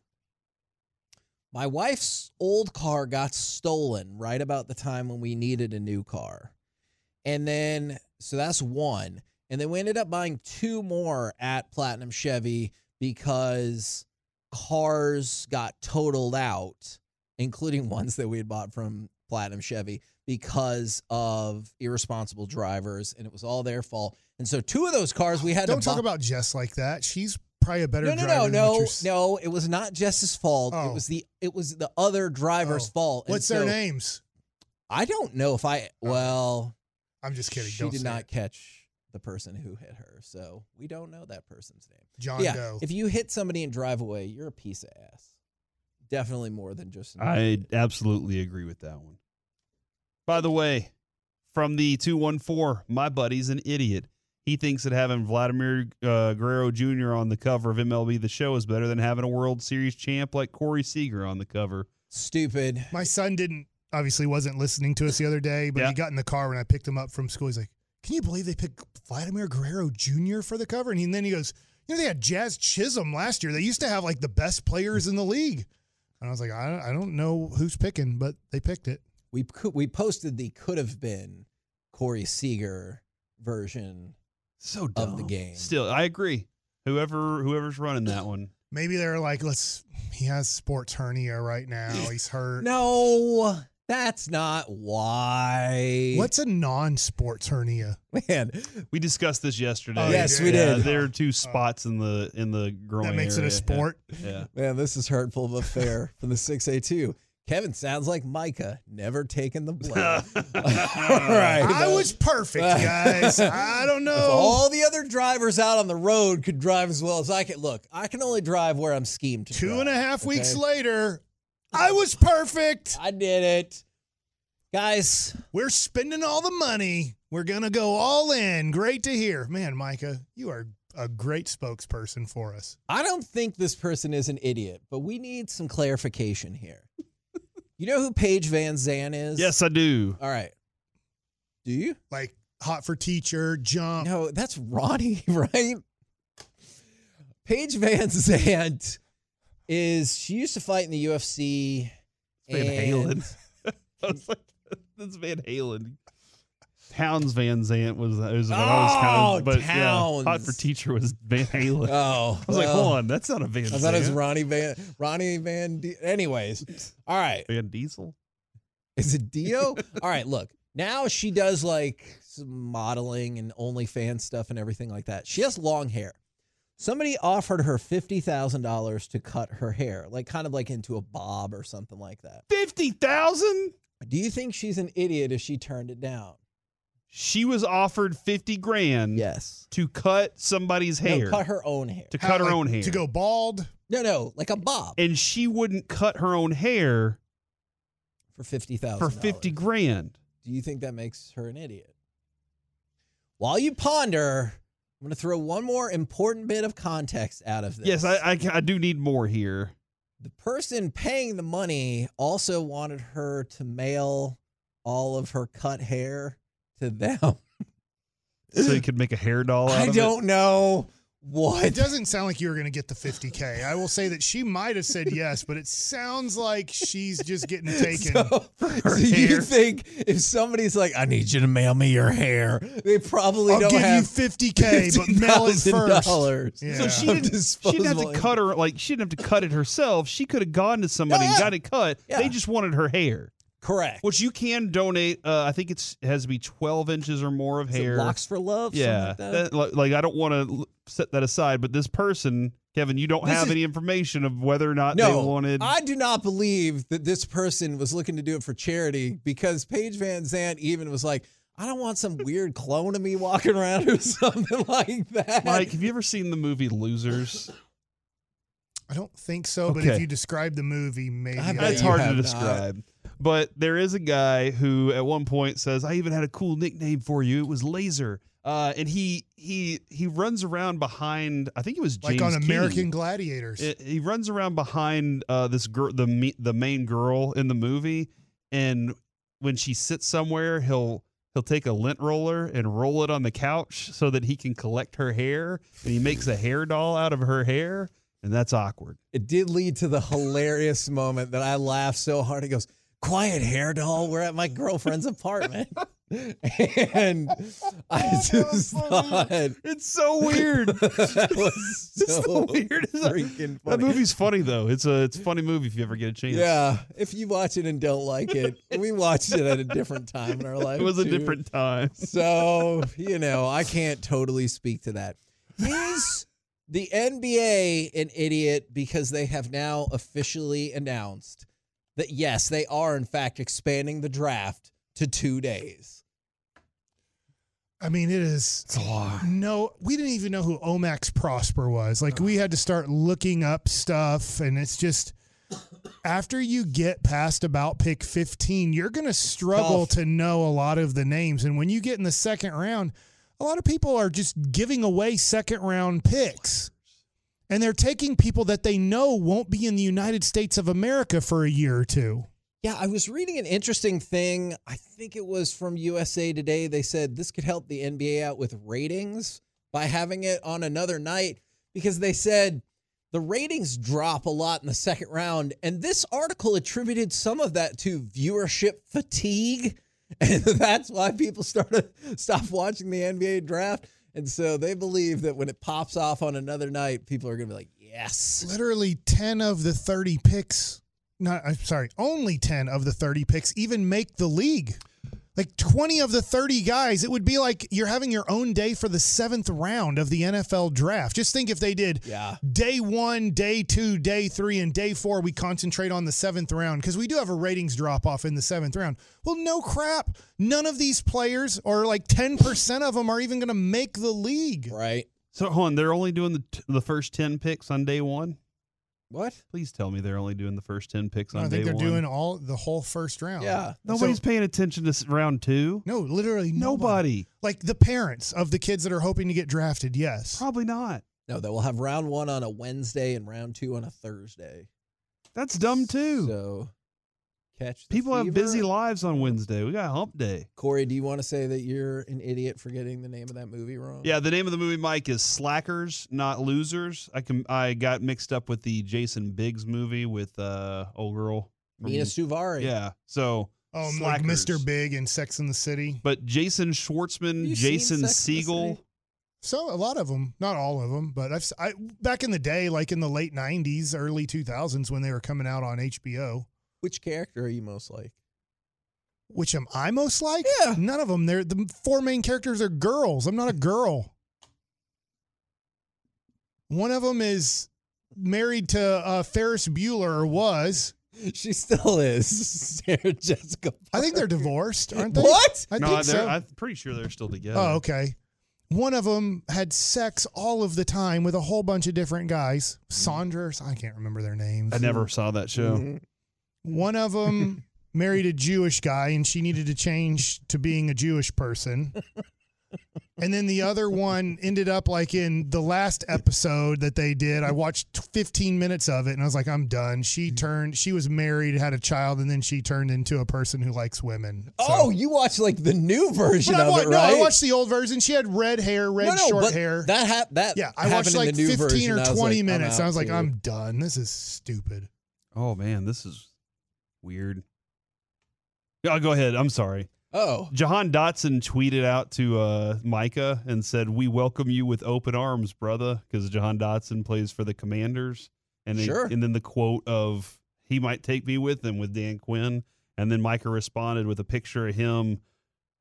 Speaker 3: My wife's old car got stolen right about the time when we needed a new car. And then, so that's one. And then we ended up buying two more at Platinum Chevy because cars got totaled out, including [LAUGHS] ones that we had bought from Platinum Chevy because of irresponsible drivers, and it was all their fault. And so two of those cars we had
Speaker 2: Don't
Speaker 3: to
Speaker 2: talk
Speaker 3: buy-
Speaker 2: about Jess like that. She's probably a better
Speaker 3: no, no,
Speaker 2: driver.
Speaker 3: no,
Speaker 2: than
Speaker 3: no,
Speaker 2: what you're-
Speaker 3: no. It was not Jess's fault. It
Speaker 2: Oh.
Speaker 3: was the it was the other driver's
Speaker 2: Oh.
Speaker 3: fault. And
Speaker 2: What's their
Speaker 3: so
Speaker 2: names?
Speaker 3: I don't know if I. Well,
Speaker 2: I'm just kidding.
Speaker 3: she
Speaker 2: Don't
Speaker 3: did
Speaker 2: say
Speaker 3: not
Speaker 2: it.
Speaker 3: catch the person who hit her, so we don't know that person's name.
Speaker 2: John
Speaker 3: yeah,
Speaker 2: Doe.
Speaker 3: if you hit somebody and drive away, you're a piece of ass. Definitely more than just. an
Speaker 4: I
Speaker 3: idiot.
Speaker 4: absolutely agree with that one. By the way, from the 214, my buddy's an idiot. He thinks that having Vladimir uh, Guerrero Jr. on the cover of MLB The Show is better than having a World Series champ like Corey Seager on the cover.
Speaker 3: stupid.
Speaker 2: My son didn't obviously wasn't listening to us the other day, but
Speaker 4: Yeah.
Speaker 2: he got in the car when I picked him up from school. He's like, "Can you believe they picked Vladimir Guerrero Jr. for the cover?" And, he, then he goes, "You know they had Jazz Chisholm last year. They used to have like the best players in the league." And I was like, "I don't, I don't know who's picking, but they picked it."
Speaker 3: We could, we posted the could have been Corey Seager version.
Speaker 4: So
Speaker 3: dumb. the game.
Speaker 4: Still, I agree. Whoever whoever's running that one,
Speaker 2: Maybe they're like, "Let's." He has sports hernia right now. He's hurt.
Speaker 3: No, that's not why.
Speaker 2: What's a non-sports hernia?
Speaker 3: [LAUGHS] man?
Speaker 4: we discussed this yesterday.
Speaker 2: Oh,
Speaker 3: Yes, we
Speaker 4: Yeah,
Speaker 3: did.
Speaker 4: there are two spots in the in the groin.
Speaker 2: that makes it
Speaker 4: area.
Speaker 2: a sport.
Speaker 4: Yeah. yeah.
Speaker 3: Man, this is hurtful but fair from the 6A2. Kevin sounds like Micah, never taken
Speaker 2: [LAUGHS]
Speaker 3: the blame. All right.
Speaker 2: I
Speaker 4: [LAUGHS]
Speaker 2: was perfect, guys. I don't know.
Speaker 3: If all the other drivers out on the road could drive as well as I can. Look, I can only drive where I'm schemed to.
Speaker 2: Two
Speaker 3: drive,
Speaker 2: and a half weeks
Speaker 3: okay?
Speaker 2: later, I was perfect.
Speaker 3: I did it. Guys,
Speaker 2: We're spending all the money. We're going to go all in. Great to hear. Man, Micah, you are a great spokesperson for us.
Speaker 3: I don't think this person is an idiot, but we need some clarification here. You know who Paige Van Zandt is?
Speaker 4: Yes, I
Speaker 3: [LAUGHS]
Speaker 4: do.
Speaker 3: All right. Do you?
Speaker 2: Like hot for teacher, jump.
Speaker 3: No, that's Ronnie, [LAUGHS] right? Paige Van Zandt is she used to fight in the UFC.
Speaker 4: Van
Speaker 3: and-
Speaker 4: Halen. I was like, that's Van Halen. Towns Van Zant was, was what I was kind
Speaker 3: Oh,
Speaker 4: of, but yeah, hot
Speaker 3: Towns.
Speaker 4: for teacher was Van
Speaker 3: [LAUGHS]
Speaker 4: Halen.
Speaker 3: Oh,
Speaker 4: [LAUGHS] I was like,
Speaker 3: well,
Speaker 4: hold on, that's not a Van.
Speaker 3: I thought it was
Speaker 4: Zant.
Speaker 3: Ronnie Van Ronnie Van. D- Anyways, all right,
Speaker 4: Van Diesel.
Speaker 3: is it Dio? all right, look. Now she does like some modeling and OnlyFans stuff and everything like that. She has long hair. Somebody offered her fifty thousand dollars to cut her hair, like kind of like into a bob or something like that.
Speaker 4: Fifty thousand.
Speaker 3: Do you think she's an idiot if she turned it down?
Speaker 4: She was offered fifty grand
Speaker 3: Yes.
Speaker 4: to cut somebody's hair,
Speaker 3: No, cut her own hair.
Speaker 4: to
Speaker 2: How,
Speaker 4: cut her
Speaker 2: like,
Speaker 4: own hair,
Speaker 2: To go bald.
Speaker 3: No, no, like a bob
Speaker 4: and she wouldn't cut her own hair
Speaker 3: for fifty thousand.
Speaker 4: for fifty grand.
Speaker 3: Do you think that makes her an idiot? While you ponder, I'm going to throw one more important bit of context out of this.
Speaker 4: Yes, I, I ca- I do need more here.
Speaker 3: the person paying the money also wanted her to mail all of her cut hair to them.
Speaker 4: So you could make a hair doll. Out
Speaker 3: I
Speaker 4: of it.
Speaker 3: don't know
Speaker 2: It
Speaker 3: what.
Speaker 2: doesn't sound like you were going to get the 50K. I will say that she might have said yes, but it sounds like she's just getting taken.
Speaker 3: [LAUGHS] So, so you
Speaker 2: hair.
Speaker 3: think if somebody's like, "I need you to mail me your hair," they probably
Speaker 2: I'll
Speaker 3: don't
Speaker 2: give
Speaker 3: have
Speaker 2: you 50K, but mail it first.
Speaker 3: dollars.
Speaker 2: Yeah.
Speaker 4: So [LAUGHS] she
Speaker 3: Of
Speaker 4: didn't, she didn't have
Speaker 3: disposable
Speaker 4: to cut her like she didn't have to cut it herself. She could have gone to somebody
Speaker 3: Yeah.
Speaker 4: and got it cut.
Speaker 3: Yeah.
Speaker 4: They just wanted her hair,
Speaker 3: Correct.
Speaker 4: which you can donate. Uh, I think it's it has to be twelve inches or more of
Speaker 3: Is it
Speaker 4: hair.
Speaker 3: Locks for love. something
Speaker 4: yeah,
Speaker 3: like that?
Speaker 4: That- like, like, I don't want to set that aside, but this person, Kevin, you don't
Speaker 3: This
Speaker 4: have
Speaker 3: is-
Speaker 4: any information of whether or not
Speaker 3: no,
Speaker 4: they wanted.
Speaker 3: I do not believe that this person was looking to do it for charity because Paige Van Zandt even was like, "I don't want some weird clone of me walking around or [LAUGHS] something like that."
Speaker 4: Mike, have you ever seen the movie Losers?
Speaker 2: I don't think so, but
Speaker 4: Okay.
Speaker 2: if you describe the movie, maybe.
Speaker 3: I
Speaker 2: I
Speaker 3: bet
Speaker 4: That's
Speaker 3: you
Speaker 2: can.
Speaker 4: hard
Speaker 3: have
Speaker 4: to
Speaker 3: not.
Speaker 4: describe. But there is a guy who at one point says, "I even had a cool nickname for you. It was Laser." Uh, and he he he runs around behind. I think it was
Speaker 2: Like
Speaker 4: James
Speaker 2: on American
Speaker 4: Keane.
Speaker 2: Gladiators.
Speaker 4: It- he runs around behind uh, this girl, the me- the main girl in the movie, and when she sits somewhere, he'll he'll take a lint roller and roll it on the couch so that he can collect her hair, and he makes a hair doll out of her hair, and that's awkward.
Speaker 3: It did lead to the hilarious moment that I laughed so hard. He goes, "Quiet hair doll. We're at my girlfriend's apartment." [LAUGHS] and
Speaker 4: Oh,
Speaker 3: I just thought [LAUGHS]
Speaker 4: It's so [LAUGHS] weird.
Speaker 3: that
Speaker 4: [LAUGHS]
Speaker 3: was
Speaker 4: It's
Speaker 3: so
Speaker 4: the weirdest-
Speaker 3: [LAUGHS] freaking funny.
Speaker 4: that movie's funny though. It's a it's a funny movie if you ever get a chance.
Speaker 3: Yeah, if you watch it and don't like it, we watched it at a different time in our
Speaker 4: [LAUGHS]
Speaker 3: life.
Speaker 4: It was a
Speaker 3: too.
Speaker 4: different time.
Speaker 3: So you know, I can't totally speak to that. Is the NBA an idiot because they have now officially announced that yes, they are in fact expanding the draft to two days?
Speaker 2: I mean, it is.
Speaker 4: It's a lot.
Speaker 2: No, we didn't even know who Omax Prosper was. Like, we had to start looking up stuff, and it's just after you get past about pick 15, you're going to struggle
Speaker 3: Tough.
Speaker 2: to know a lot of the names. And when you get in the second round, a lot of people are just giving away second round picks. And they're taking people that they know won't be in the United States of America for a year or two.
Speaker 3: Yeah, I was reading an interesting thing. I think it was from USA Today. They said this could help the NBA out with ratings by having it on another night because they said the ratings drop a lot in the second round. And this article attributed some of that to viewership fatigue. [LAUGHS] And that's why people started stop watching the NBA draft. And so they believe that when it pops off on another night, people are going to be like, yes.
Speaker 2: literally 10 of the 30 picks not I'm sorry only 10 of the 30 picks even make the league like 20 of the 30 guys it would be like you're having your own day for the 7th round of the NFL draft just think if they did
Speaker 3: Yeah.
Speaker 2: day 1 day 2 day 3 and day 4 we concentrate on the 7th round cuz we do have a ratings drop off in the 7th round well no crap none of these players or like 10% of them are even going to make the league
Speaker 3: Right.
Speaker 4: So hold on, they're only doing the t- the first ten picks on day one.
Speaker 3: What?
Speaker 4: Please tell me they're only doing the first ten picks on
Speaker 2: I
Speaker 4: day
Speaker 2: think they're
Speaker 4: one.
Speaker 2: doing all the whole first round
Speaker 3: Yeah.
Speaker 4: Nobody's
Speaker 2: So-
Speaker 4: paying attention to s- round two.
Speaker 2: No, literally nobody.
Speaker 4: Nobody.
Speaker 2: Like the parents of the kids that are hoping to get drafted, yes.
Speaker 4: Probably not.
Speaker 3: No, that we'll have round one on a Wednesday and round two on a Thursday.
Speaker 4: That's dumb too.
Speaker 3: So catch the
Speaker 4: People have
Speaker 3: fever.
Speaker 4: busy lives on Wednesday. We got hump day.
Speaker 3: Corey, do you want to say that you're an idiot for getting the name of that movie wrong?
Speaker 4: Yeah, the name of the movie, Mike, is Slackers, not Losers. I can I got mixed up with the Jason Biggs movie with uh old girl. from-
Speaker 3: Mina Suvari.
Speaker 4: yeah. So
Speaker 2: Um, like
Speaker 4: Slackers.
Speaker 2: Mr. Big and Sex in the City.
Speaker 4: but Jason Schwartzman,
Speaker 3: Have you seen
Speaker 4: Jason
Speaker 3: Sex and the
Speaker 4: Siegel.
Speaker 3: City?
Speaker 2: So a lot of them, not all of them, but I've s- I back in the day, like in the late '90s, early 2000s, when they were coming out on HBO.
Speaker 3: Which character are you most like? [LAUGHS]
Speaker 2: Which am I most like?
Speaker 3: Yeah.
Speaker 2: None of them. They're the four main characters are girls. I'm not a girl. One of them is married to uh, Ferris Bueller, or was.
Speaker 3: She still is [LAUGHS] Sarah Jessica.
Speaker 2: I think they're divorced, aren't they?
Speaker 3: What?
Speaker 2: I
Speaker 4: no,
Speaker 2: think
Speaker 4: they're-
Speaker 2: so.
Speaker 4: I'm pretty sure they're still together.
Speaker 2: Oh, okay. One of them had sex all of the time with a whole bunch of different guys. Saunders, I can't remember their names.
Speaker 4: I never saw that show.
Speaker 3: Mhm.
Speaker 2: One of
Speaker 3: [LAUGHS]
Speaker 2: them married a Jewish guy and she needed to change to being a Jewish
Speaker 3: [LAUGHS]
Speaker 2: person. And then the other one ended up like in the last episode that they did. I watched 15 minutes of it and I was like, I'm done.
Speaker 3: Mm.
Speaker 2: She turned, she was married, had a child, and then she turned into a person who likes women. So-
Speaker 3: Oh, you watch like the new version
Speaker 2: But I
Speaker 3: of
Speaker 2: wa-
Speaker 3: it,
Speaker 2: no,
Speaker 3: right?
Speaker 2: I watched the old version. She had red hair, red
Speaker 3: no, no,
Speaker 2: short
Speaker 3: but
Speaker 2: hair.
Speaker 3: That hap that
Speaker 2: Yeah, I watched
Speaker 3: happened in
Speaker 2: like
Speaker 3: the new
Speaker 2: 15
Speaker 3: version. I
Speaker 2: or
Speaker 3: was
Speaker 2: 20
Speaker 3: like, I'm
Speaker 2: minutes. and I
Speaker 3: out,
Speaker 2: was like,
Speaker 3: dude.
Speaker 2: I'm done. This is stupid. Mm-hmm.
Speaker 4: Oh man, this is weird. Oh, go ahead. I'm sorry.
Speaker 2: [LAUGHS]
Speaker 3: Oh,
Speaker 4: Jahan Dotson tweeted out to uh, Micah and said, "We welcome you with open arms, brother," because Jahan Dotson plays for the Commanders, and then,
Speaker 3: Sure.
Speaker 4: and then the quote of "He might take me with him" with Dan Quinn, and then Micah responded with a picture of him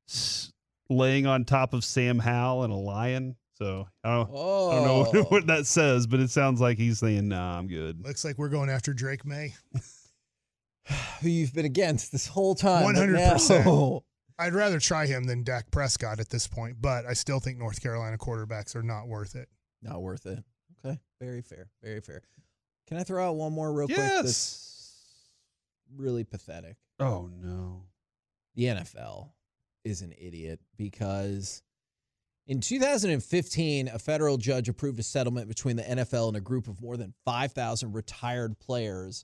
Speaker 4: s- laying on top of Sam Howell and a lion. So I don't,
Speaker 3: oh,
Speaker 4: I don't know [LAUGHS]
Speaker 2: [LAUGHS]
Speaker 4: what, what that says, but it sounds like he's saying, "Nah, I'm good."
Speaker 2: Looks like we're going after Drake May.
Speaker 3: who you've been against this whole time. but
Speaker 2: 100%.
Speaker 3: now-
Speaker 2: I'd rather try him than Dak Prescott at this point, but I still think North Carolina quarterbacks are not worth it.
Speaker 3: [LAUGHS] Not worth it. Okay. Very fair. Very fair. Can I throw out one more real quick?
Speaker 4: Yes.
Speaker 3: That's really pathetic.
Speaker 4: Oh no.
Speaker 3: The NFL is an idiot because in 2015, a federal judge approved a settlement between the NFL and a group of more than 5,000 retired players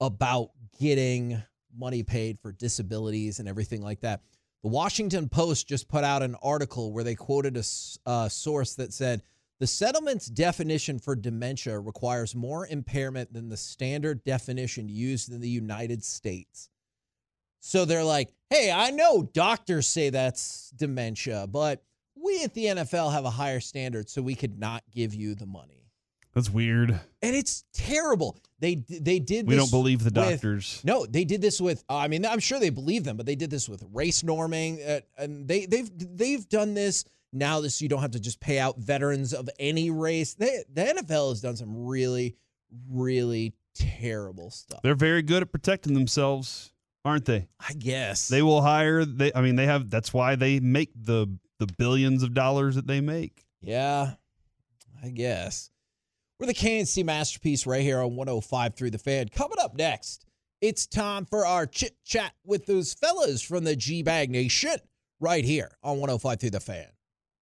Speaker 3: about getting money paid for disabilities and everything like that. The Washington Post just put out an article where they quoted a s- uh, source that said the settlement's definition for dementia requires more impairment than the standard definition used in the United States. So they're like, hey, I know doctors say that's dementia, but we at the NFL have a higher standard, so we could not give you the money.
Speaker 4: That's weird.
Speaker 3: And it's terrible. They they did.
Speaker 4: We
Speaker 3: this
Speaker 4: don't believe the
Speaker 3: with-
Speaker 4: doctors.
Speaker 3: no, they did this with. I mean, I'm sure they believe them, but they did this with race norming, uh, and they they've they've done this now. This you don't have to just pay out veterans of any race. They, the NFL has done some really, really terrible stuff.
Speaker 4: They're very good at protecting themselves, aren't they?
Speaker 3: I guess
Speaker 4: They will hire they I mean they have that's why they make the the billions of dollars that they make.
Speaker 3: Yeah, I guess. We're the KNC masterpiece right here on 105 through the fan. Coming up next, it's time for our chit chat with those fellas from the G Bag Nation right here on 105 through the fan.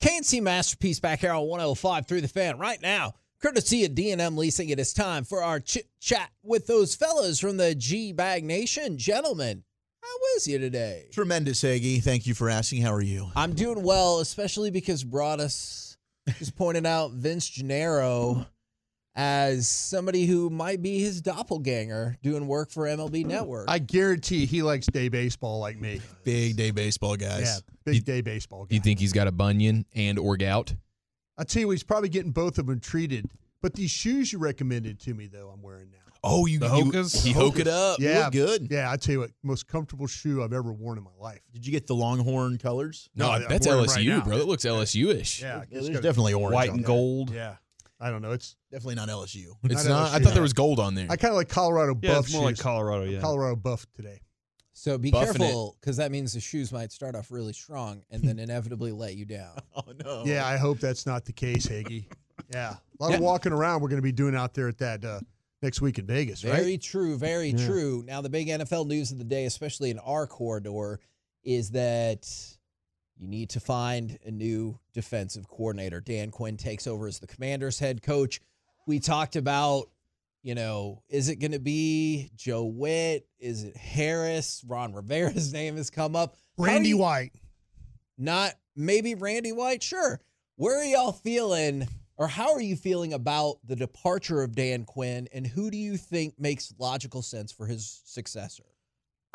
Speaker 3: KNC Masterpiece back here on 105 through the fan right now. Courtesy of DNM Leasing, it is time for our chit chat with those fellas from the G Bag Nation. Gentlemen, how was you today?
Speaker 6: Tremendous, Aggie. Thank you for asking. How are you?
Speaker 3: I'm doing well, especially because Broadus just pointed out Vince Gennaro as somebody who might be his doppelganger doing work for MLB Network.
Speaker 7: I guarantee he likes day baseball like me.
Speaker 6: Big day baseball guys.
Speaker 7: Yeah, big day baseball.
Speaker 8: You think he's got a bunion and or gout?
Speaker 7: I tell you, he's probably getting both of them treated. But these shoes you recommended to me, though, I'm wearing now.
Speaker 6: Oh, you
Speaker 4: The
Speaker 6: you-
Speaker 4: Hokas?
Speaker 6: He hoke it up. You
Speaker 7: Yeah,
Speaker 6: look good.
Speaker 7: Yeah, I tell you what, most comfortable shoe I've ever worn in my life.
Speaker 6: Did you get the Longhorn colors?
Speaker 8: No,
Speaker 7: I'm
Speaker 8: that's
Speaker 7: wearing 'em right
Speaker 8: LSU,
Speaker 7: now.
Speaker 8: bro. That looks LSU-ish.
Speaker 7: Yeah,
Speaker 6: Yeah,
Speaker 7: it's
Speaker 6: there's
Speaker 7: gotta-
Speaker 6: definitely orange.
Speaker 4: White
Speaker 6: on
Speaker 4: and
Speaker 6: there.
Speaker 4: gold.
Speaker 7: Yeah, I don't know. It's
Speaker 6: Definitely not LSU.
Speaker 8: It's
Speaker 7: Not
Speaker 8: not. I
Speaker 7: LSU.
Speaker 8: thought there was gold on there.
Speaker 7: I kind of like Colorado
Speaker 4: Yeah,
Speaker 7: buff
Speaker 4: it's more like
Speaker 7: shoes.
Speaker 4: Colorado, yeah.
Speaker 7: Colorado buff today.
Speaker 3: so be
Speaker 8: Buffing
Speaker 3: careful because that means the shoes might start off really strong and then inevitably let you down.
Speaker 6: [LAUGHS] Oh no.
Speaker 7: Yeah, I hope that's not the case,
Speaker 3: [LAUGHS]
Speaker 7: Hagee. yeah, a lot
Speaker 3: Yeah.
Speaker 7: of walking around we're going to be doing out there at that uh, next week in Vegas,
Speaker 3: Very
Speaker 7: right?
Speaker 3: true, very
Speaker 7: Yeah.
Speaker 3: true. Now the big NFL news of the day, especially in our corridor, is that you need to find a new defensive coordinator. Dan Quinn takes over as the Commanders head coach. We talked about, you know, is it going to be Joe Witt? Is it Harris? Ron Rivera's [LAUGHS] name has come up. How
Speaker 2: Randy
Speaker 3: you-
Speaker 2: White.
Speaker 3: not maybe Randy White. Sure. Where are y'all feeling, or how are you feeling about the departure of Dan Quinn, and who do you think makes logical sense for his successor?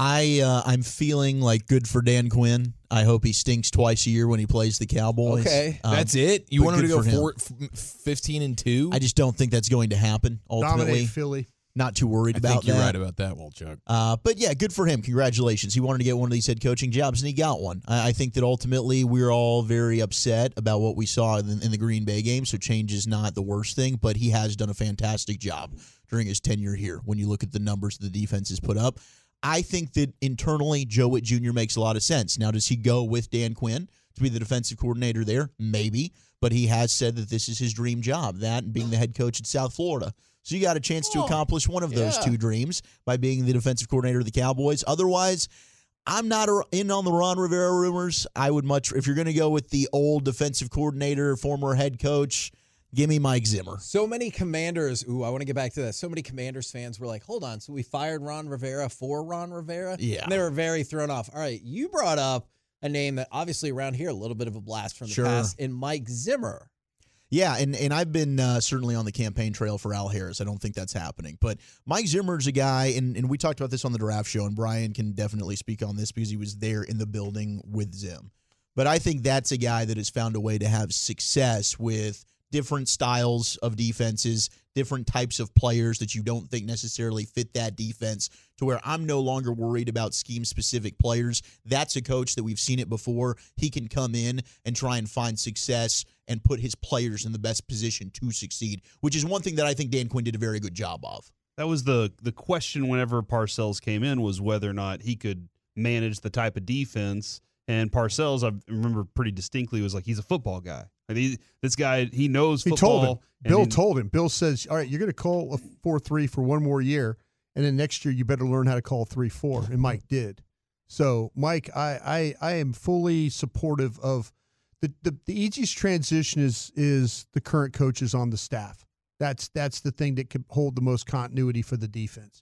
Speaker 6: I uh, I'm feeling like good for Dan Quinn. I hope he stinks twice a year when he plays the Cowboys.
Speaker 3: Okay.
Speaker 6: Um,
Speaker 8: that's it. You
Speaker 6: but
Speaker 8: want him to
Speaker 6: good
Speaker 8: go
Speaker 6: for him.
Speaker 8: four, f- 15 and two?
Speaker 6: I just don't think that's going to happen. Ultimately,
Speaker 7: Dominate Philly.
Speaker 6: not too worried
Speaker 8: I
Speaker 6: about
Speaker 8: think you're
Speaker 6: that.
Speaker 8: right about that, Walchuk.
Speaker 6: Uh, but yeah, good for him. Congratulations. He wanted to get one of these head coaching jobs, and he got one. I, I think that ultimately we're all very upset about what we saw in, in the Green Bay game. So change is not the worst thing, but he has done a fantastic job during his tenure here. When you look at the numbers the defense has put up, I think that internally, Joe Witt Jr. makes a lot of sense. Now, does he go with Dan Quinn to be the defensive coordinator there? Maybe, but he has said that this is his dream job, that and being the head coach at South Florida. So you got a chance to accomplish one of those
Speaker 8: yeah.
Speaker 6: two dreams by being the defensive coordinator of the Cowboys. Otherwise, I'm not a- in on the Ron Rivera rumors. I would much, if you're going to go with the old defensive coordinator, former head coach, give me Mike Zimmer.
Speaker 3: So many commanders. Ooh, I want to get back to that. So many commanders fans were like, hold on. So we fired Ron Rivera for Ron Rivera?
Speaker 6: Yeah.
Speaker 3: And they were very thrown off. All right. You brought up a name that obviously around here, a little bit of a blast from the
Speaker 6: Sure.
Speaker 3: past in Mike Zimmer.
Speaker 6: Yeah, and and I've been uh, certainly on the campaign trail for Al Harris. I don't think that's happening. But Mike Zimmer's a guy, and, and we talked about this on the draft show, and Brian can definitely speak on this because he was there in the building with Zim. But I think that's a guy that has found a way to have success with different styles of defenses, different types of players that you don't think necessarily fit that defense to where I'm no longer worried about scheme specific players. That's a coach that we've seen it before. He can come in and try and find success and put his players in the best position to succeed, which is one thing that I think Dan Quinn did a very good job of.
Speaker 4: That was the the question whenever Parcells came in was whether or not he could manage the type of defense. And Parcells, I remember pretty distinctly, was like he's a football guy. Like he, this guy, he knows
Speaker 7: He
Speaker 4: football.
Speaker 7: told him.
Speaker 4: and
Speaker 7: Bill
Speaker 4: he-
Speaker 7: told him. Bill says, "All right, you're going to call a four three for one more year, and then next year you better learn how to call three four." And Mike did. So, Mike, I I, I am fully supportive of the, the the easiest transition is is the current coaches on the staff. That's that's the thing that could hold the most continuity for the defense.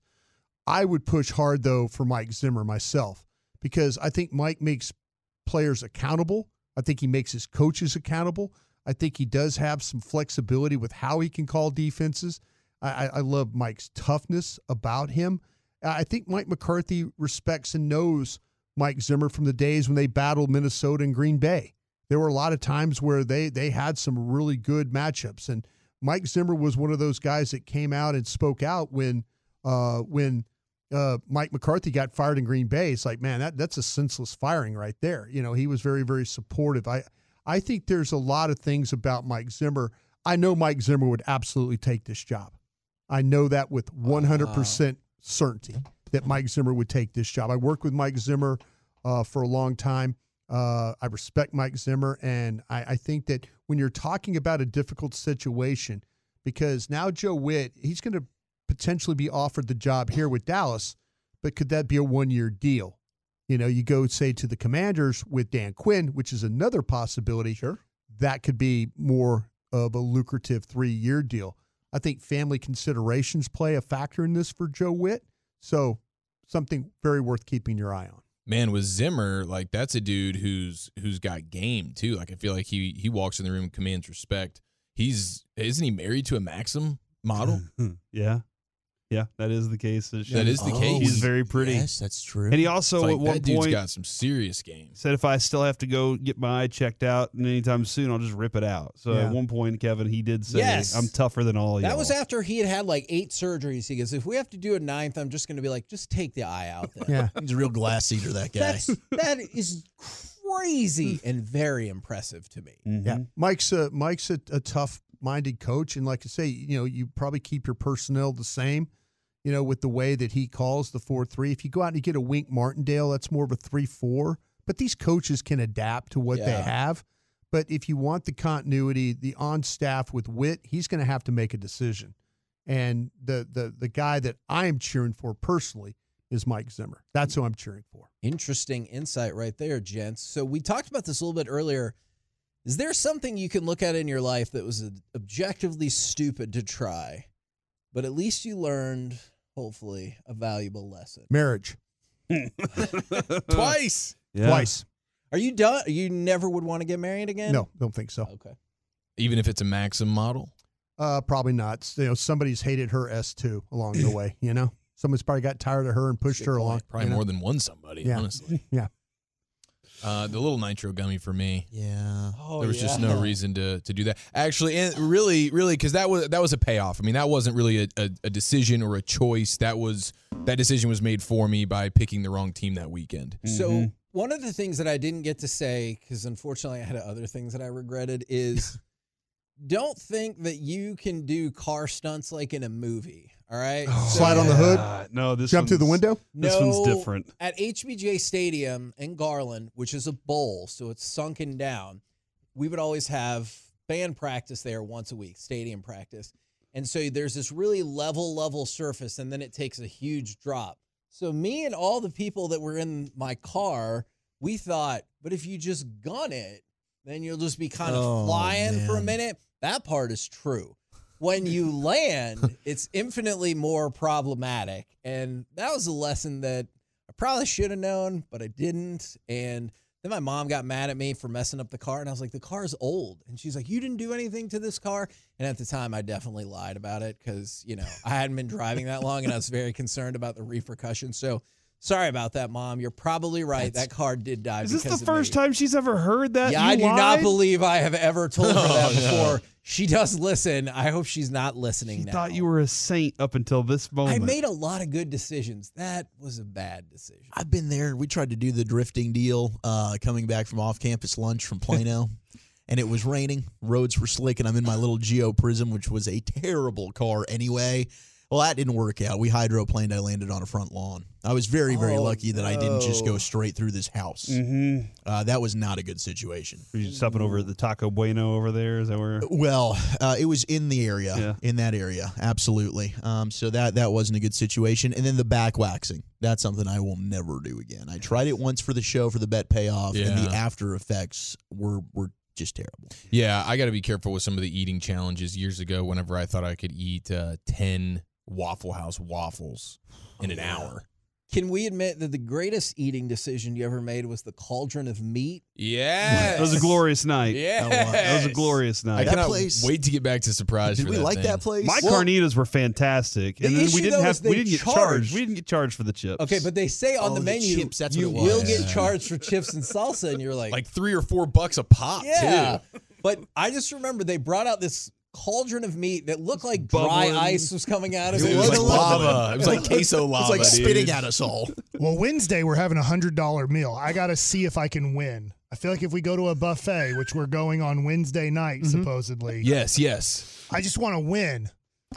Speaker 7: I would push hard though for Mike Zimmer myself because I think Mike makes players accountable. I think he makes his coaches accountable. I think he does have some flexibility with how he can call defenses. I, I- I love Mike's toughness about him. I I think Mike McCarthy respects and knows Mike Zimmer from the days when they battled Minnesota and Green Bay. There were a lot of times where they they had some really good matchups, and Mike Zimmer was one of those guys that came out and spoke out when uh, when uh, Mike McCarthy got fired in Green Bay, it's like, man, that that's a senseless firing right there. You know, he was very, very supportive. I I think there's a lot of things about Mike Zimmer. I know Mike Zimmer would absolutely take this job. I know that with 100% certainty that Mike Zimmer would take this job. I worked with Mike Zimmer uh, for a long time. Uh, I respect Mike Zimmer, and I, I think that when you're talking about a difficult situation, because now Joe Witt, he's going to potentially be offered the job here with Dallas, but could that be a one year deal? You know, you go say to the Commanders with Dan Quinn, which is another possibility. Sure, that could be more of a lucrative three year deal. I think family considerations play a factor in this for Joe Witt, so something very worth keeping your eye on.
Speaker 8: Man, with Zimmer, like that's a dude who's who's got game too. Like I feel like he he walks in the room and commands respect. He's isn't he married to a Maxim
Speaker 3: Hmm.
Speaker 8: model?
Speaker 4: [LAUGHS] yeah, yeah, that is the case. That
Speaker 8: is the Oh, case.
Speaker 4: He's very pretty.
Speaker 8: yes, that's true.
Speaker 4: And he also
Speaker 8: It's like,
Speaker 4: at one
Speaker 8: that dude's
Speaker 4: point
Speaker 8: got some serious game.
Speaker 4: said, "If I still have to go get my eye checked out anytime soon, I'll just rip it out." So
Speaker 3: Yeah.
Speaker 4: at one point, Kevin, he did say,
Speaker 3: Yes.
Speaker 4: "I'm tougher than all of
Speaker 3: That
Speaker 4: y'all."
Speaker 3: was after he had had like eight surgeries. He goes, if we have to do a ninth, I'm just going to be like, just take the eye out then.
Speaker 6: Yeah, he's a real glass eater. That guy.
Speaker 8: [LAUGHS]
Speaker 3: That's, that is crazy and very impressive to me.
Speaker 4: Mm-hmm.
Speaker 7: Yeah, Mike's a, Mike's a, a tough minded coach, and like I say, you know, you probably keep your personnel the same. You know, with the way that he calls the four three. If you go out and you get a Wink Martindale, that's more of a three four. But these coaches can adapt to what they
Speaker 3: Yeah.
Speaker 7: have. But if you want the continuity, the on staff with Wit, he's going to have to make a decision. And the the the guy that I am cheering for personally is Mike Zimmer. That's who I'm cheering for.
Speaker 3: Interesting insight right there, gents. So we talked about this a little bit earlier. Is there something you can look at in your life that was objectively stupid to try, but at least you learned, hopefully, a valuable lesson?
Speaker 7: Marriage.
Speaker 3: [LAUGHS]
Speaker 7: [LAUGHS]
Speaker 3: Twice.
Speaker 7: Yeah. Twice.
Speaker 3: Are you done? You never would want to get married again?
Speaker 7: No, don't think so.
Speaker 3: Okay.
Speaker 8: Even if it's a Maxim model.
Speaker 7: Uh, probably not. S- You know, somebody's hated her S two along
Speaker 2: [CLEARS THROAT]
Speaker 7: the way. You know, someone's probably got tired of her and pushed her along.
Speaker 8: Probably
Speaker 7: you know?
Speaker 8: more than one somebody,
Speaker 7: Yeah.
Speaker 8: honestly.
Speaker 7: Yeah.
Speaker 8: Uh, the little nitro gummy for me.
Speaker 6: Yeah.
Speaker 3: Oh,
Speaker 8: there was just
Speaker 3: yeah.
Speaker 8: no reason to to do that. Actually, and really, really, because that was that was a payoff. I mean, that wasn't really a, a, a decision or a choice. That was that decision was made for me by picking the wrong team that weekend.
Speaker 4: Mm-hmm.
Speaker 3: So one of the things that I didn't get to say, because unfortunately I had other things that I regretted,
Speaker 7: [LAUGHS]
Speaker 3: is don't think that you can do car stunts like in a movie. All right.
Speaker 7: Oh, Slide on the hood.
Speaker 4: no, this
Speaker 7: jump through the
Speaker 4: one's-
Speaker 8: [LAUGHS]
Speaker 7: window.
Speaker 4: this one's different.
Speaker 3: At HBJ Stadium in Garland, which is a bowl, so it's sunken down, we would always have band practice there once a week, stadium practice. And so there's this really level, level surface, and then it takes a huge drop. So me and all the people that were in my car, we thought, but if you just gun it, then you'll just be kind of
Speaker 6: Oh,
Speaker 3: flying for a
Speaker 6: man.
Speaker 3: minute. That part is true. When
Speaker 6: [LAUGHS]
Speaker 3: you land, it's infinitely more problematic. And that was a lesson that I probably should have known, but I didn't. And then my mom got mad at me for messing up the car. And I was like, the car's old. And she's like, you didn't do anything to this car. And at the time, I definitely lied about it because, you know, I hadn't been driving that long and I was very concerned about the repercussions. So sorry about that, mom. You're probably right. that car did die.
Speaker 4: Is this the
Speaker 3: because of me.
Speaker 4: first time she's ever heard that?
Speaker 3: Yeah,
Speaker 4: You
Speaker 3: I do not
Speaker 4: lied?
Speaker 3: believe I have ever told her that
Speaker 4: [LAUGHS] Oh, no.
Speaker 3: before. She does listen. I hope she's not listening
Speaker 4: She
Speaker 3: now.
Speaker 4: thought you were a saint up until this
Speaker 3: I
Speaker 4: moment.
Speaker 3: made a lot of good decisions. That was a bad decision.
Speaker 6: I've been there. We tried to do the drifting deal uh, coming back from off campus lunch
Speaker 7: [LAUGHS]
Speaker 6: from Plano, and it was raining. Roads were slick, and I'm in my little Geo Prism, which was a terrible car anyway. Well, that didn't work out. We hydroplaned. I landed on a front lawn. I was very, very
Speaker 7: Oh,
Speaker 6: lucky that I didn't just
Speaker 7: no. Mm.
Speaker 6: go straight through this house.
Speaker 4: Mhm.
Speaker 6: Uh, that was not a good situation.
Speaker 4: Were you stopping over at the Taco Bueno over there? Is that where?
Speaker 6: Well, uh, it was in the area, in that area, absolutely. Um, so that that wasn't a good situation. And then the back waxing, that's something I will never do again. I tried it once for the show for the bet payoff, and
Speaker 8: Yeah.
Speaker 6: the after effects were were just terrible.
Speaker 8: Yeah, I got to be careful with some of the eating challenges. Years ago, whenever I thought I could eat uh, ten Waffle House
Speaker 6: [SIGHS]
Speaker 8: waffles
Speaker 6: Oh,
Speaker 8: in an hour.
Speaker 3: Can we admit that the greatest eating decision you ever made was the cauldron of meat?
Speaker 8: Yeah,
Speaker 4: That was a glorious night.
Speaker 8: Yes.
Speaker 4: That was a glorious night.
Speaker 8: I cannot wait to get back to surprise. for thing.
Speaker 4: My
Speaker 3: Well-
Speaker 4: carnitas were fantastic, and
Speaker 3: The
Speaker 4: then
Speaker 3: issue,
Speaker 4: we didn't
Speaker 3: though,
Speaker 4: have
Speaker 3: is they
Speaker 4: we didn't get
Speaker 3: charged.
Speaker 4: charged. We didn't get charged for the chips.
Speaker 3: Okay, but they say on
Speaker 6: Oh,
Speaker 3: the
Speaker 6: the
Speaker 3: menu
Speaker 6: chips, that's what
Speaker 3: you
Speaker 6: it was.
Speaker 3: will get
Speaker 6: Yeah.
Speaker 3: charged [LAUGHS] for chips and salsa, and you're like,
Speaker 8: like three or four bucks a pop.
Speaker 3: yeah.
Speaker 8: too.
Speaker 3: but I just remember they brought out this cauldron of meat that looked like dry
Speaker 8: Bubbling.
Speaker 3: ice was coming out of
Speaker 8: It
Speaker 3: it.
Speaker 8: was like lava.
Speaker 3: bubbling.
Speaker 8: It was like queso lava,
Speaker 6: It's like spitting
Speaker 8: dude.
Speaker 6: at us all.
Speaker 2: Well, Wednesday we're having a hundred dollar meal. I gotta see if I can win. I feel like if we go to a buffet, which we're going on Wednesday night
Speaker 7: Mm-hmm.
Speaker 2: supposedly,
Speaker 8: Yes, yes.
Speaker 2: I just want to win.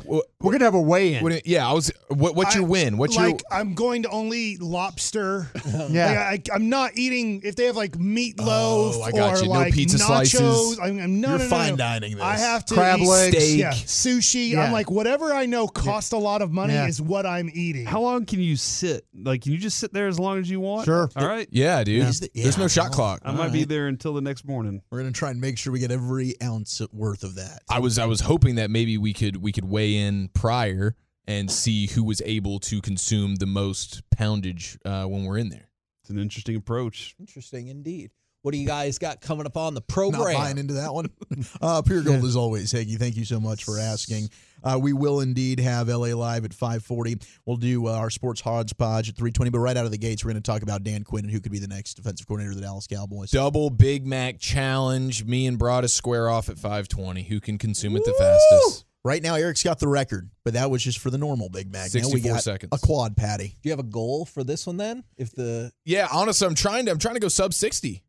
Speaker 8: We're
Speaker 7: gonna have a weigh-in.
Speaker 8: What- yeah, I was. What, what's your
Speaker 2: I-
Speaker 8: win? What's
Speaker 2: like,
Speaker 8: your?
Speaker 2: I'm going to only eat lobster.
Speaker 7: [LAUGHS] Yeah.
Speaker 2: Like, I, I'm not eating if they have like meatloaf
Speaker 8: Oh, I got
Speaker 2: or
Speaker 8: you. No
Speaker 2: like
Speaker 8: pizza
Speaker 2: nachos.
Speaker 8: slices.
Speaker 2: I'm, I'm no,
Speaker 8: You're
Speaker 2: no, no,
Speaker 8: fine
Speaker 2: no.
Speaker 8: dining this.
Speaker 2: I have to
Speaker 8: Crab
Speaker 2: eat
Speaker 8: legs. Steak.
Speaker 2: yeah, sushi.
Speaker 8: Yeah.
Speaker 2: I'm like whatever I know cost a lot of money
Speaker 8: Yeah.
Speaker 2: is what I'm eating.
Speaker 4: how long can you sit? Like, can you just sit there as long as you want? All right.
Speaker 8: Yeah, dude.
Speaker 6: Is the-
Speaker 8: There's
Speaker 6: yeah,
Speaker 8: no shot
Speaker 6: well,
Speaker 8: clock.
Speaker 4: I might be there until the next morning.
Speaker 6: We're gonna try and make sure we get every ounce worth of that.
Speaker 8: I was I was hoping that maybe we could we could weigh in prior and see who was able to consume the most poundage uh, when we're in there.
Speaker 4: It's an interesting approach.
Speaker 3: Interesting indeed. What do you guys got coming up on the
Speaker 6: Not
Speaker 3: program?
Speaker 6: buying into that one.
Speaker 8: [LAUGHS]
Speaker 6: Uh, pure gold as always, Hagee. Thank you so much for asking. Uh, we will indeed have LA Live at 5:40. We'll do uh, our sports hodgepodge at 3:20. But right out of the gates, we're going to talk about Dan Quinn and who could be the next defensive coordinator of the Dallas Cowboys.
Speaker 8: Double Big Mac challenge. Me and Broad is square off at 520. Who can consume it the fastest?
Speaker 6: Right now, Eric's got the record, but that was just for the normal Big Mac. Now we
Speaker 8: 64
Speaker 6: got
Speaker 8: seconds.
Speaker 6: a quad patty.
Speaker 3: Do you have a goal for this one then? If the
Speaker 8: Yeah, honestly, I'm trying to I'm trying to go sub 60.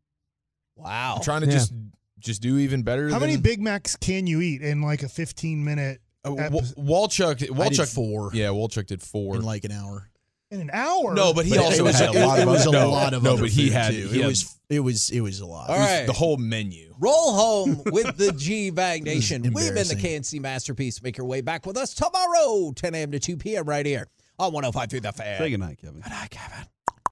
Speaker 3: wow,
Speaker 8: I'm trying to just just do even better.
Speaker 2: How
Speaker 8: than,
Speaker 2: many Big Macs can you eat in like a 15 minute?
Speaker 8: Uh, Wa-
Speaker 2: episode?
Speaker 8: Walchuk Walchuk
Speaker 6: I did four.
Speaker 8: Yeah, Walchuk did four
Speaker 6: in like an
Speaker 8: [LAUGHS]
Speaker 6: hour.
Speaker 2: in an hour?
Speaker 8: No, but he
Speaker 6: it-
Speaker 8: also
Speaker 6: it was
Speaker 8: had
Speaker 6: a,
Speaker 8: a lot
Speaker 6: it
Speaker 8: of
Speaker 6: was
Speaker 8: other-
Speaker 6: a
Speaker 8: no,
Speaker 6: lot of
Speaker 8: no,
Speaker 6: other
Speaker 8: but he
Speaker 6: food,
Speaker 8: had-
Speaker 6: too.
Speaker 8: he
Speaker 6: it
Speaker 8: had-
Speaker 6: was it was it was a lot.
Speaker 3: All
Speaker 8: It was
Speaker 3: right.
Speaker 8: the whole menu.
Speaker 3: Roll home with the G Bag Nation.
Speaker 8: is
Speaker 3: We've been the KNC Masterpiece. Make your way back with us tomorrow, 10 a.m. to 2 p.m. right here on 105 through the fan.
Speaker 4: Say goodnight, Kevin.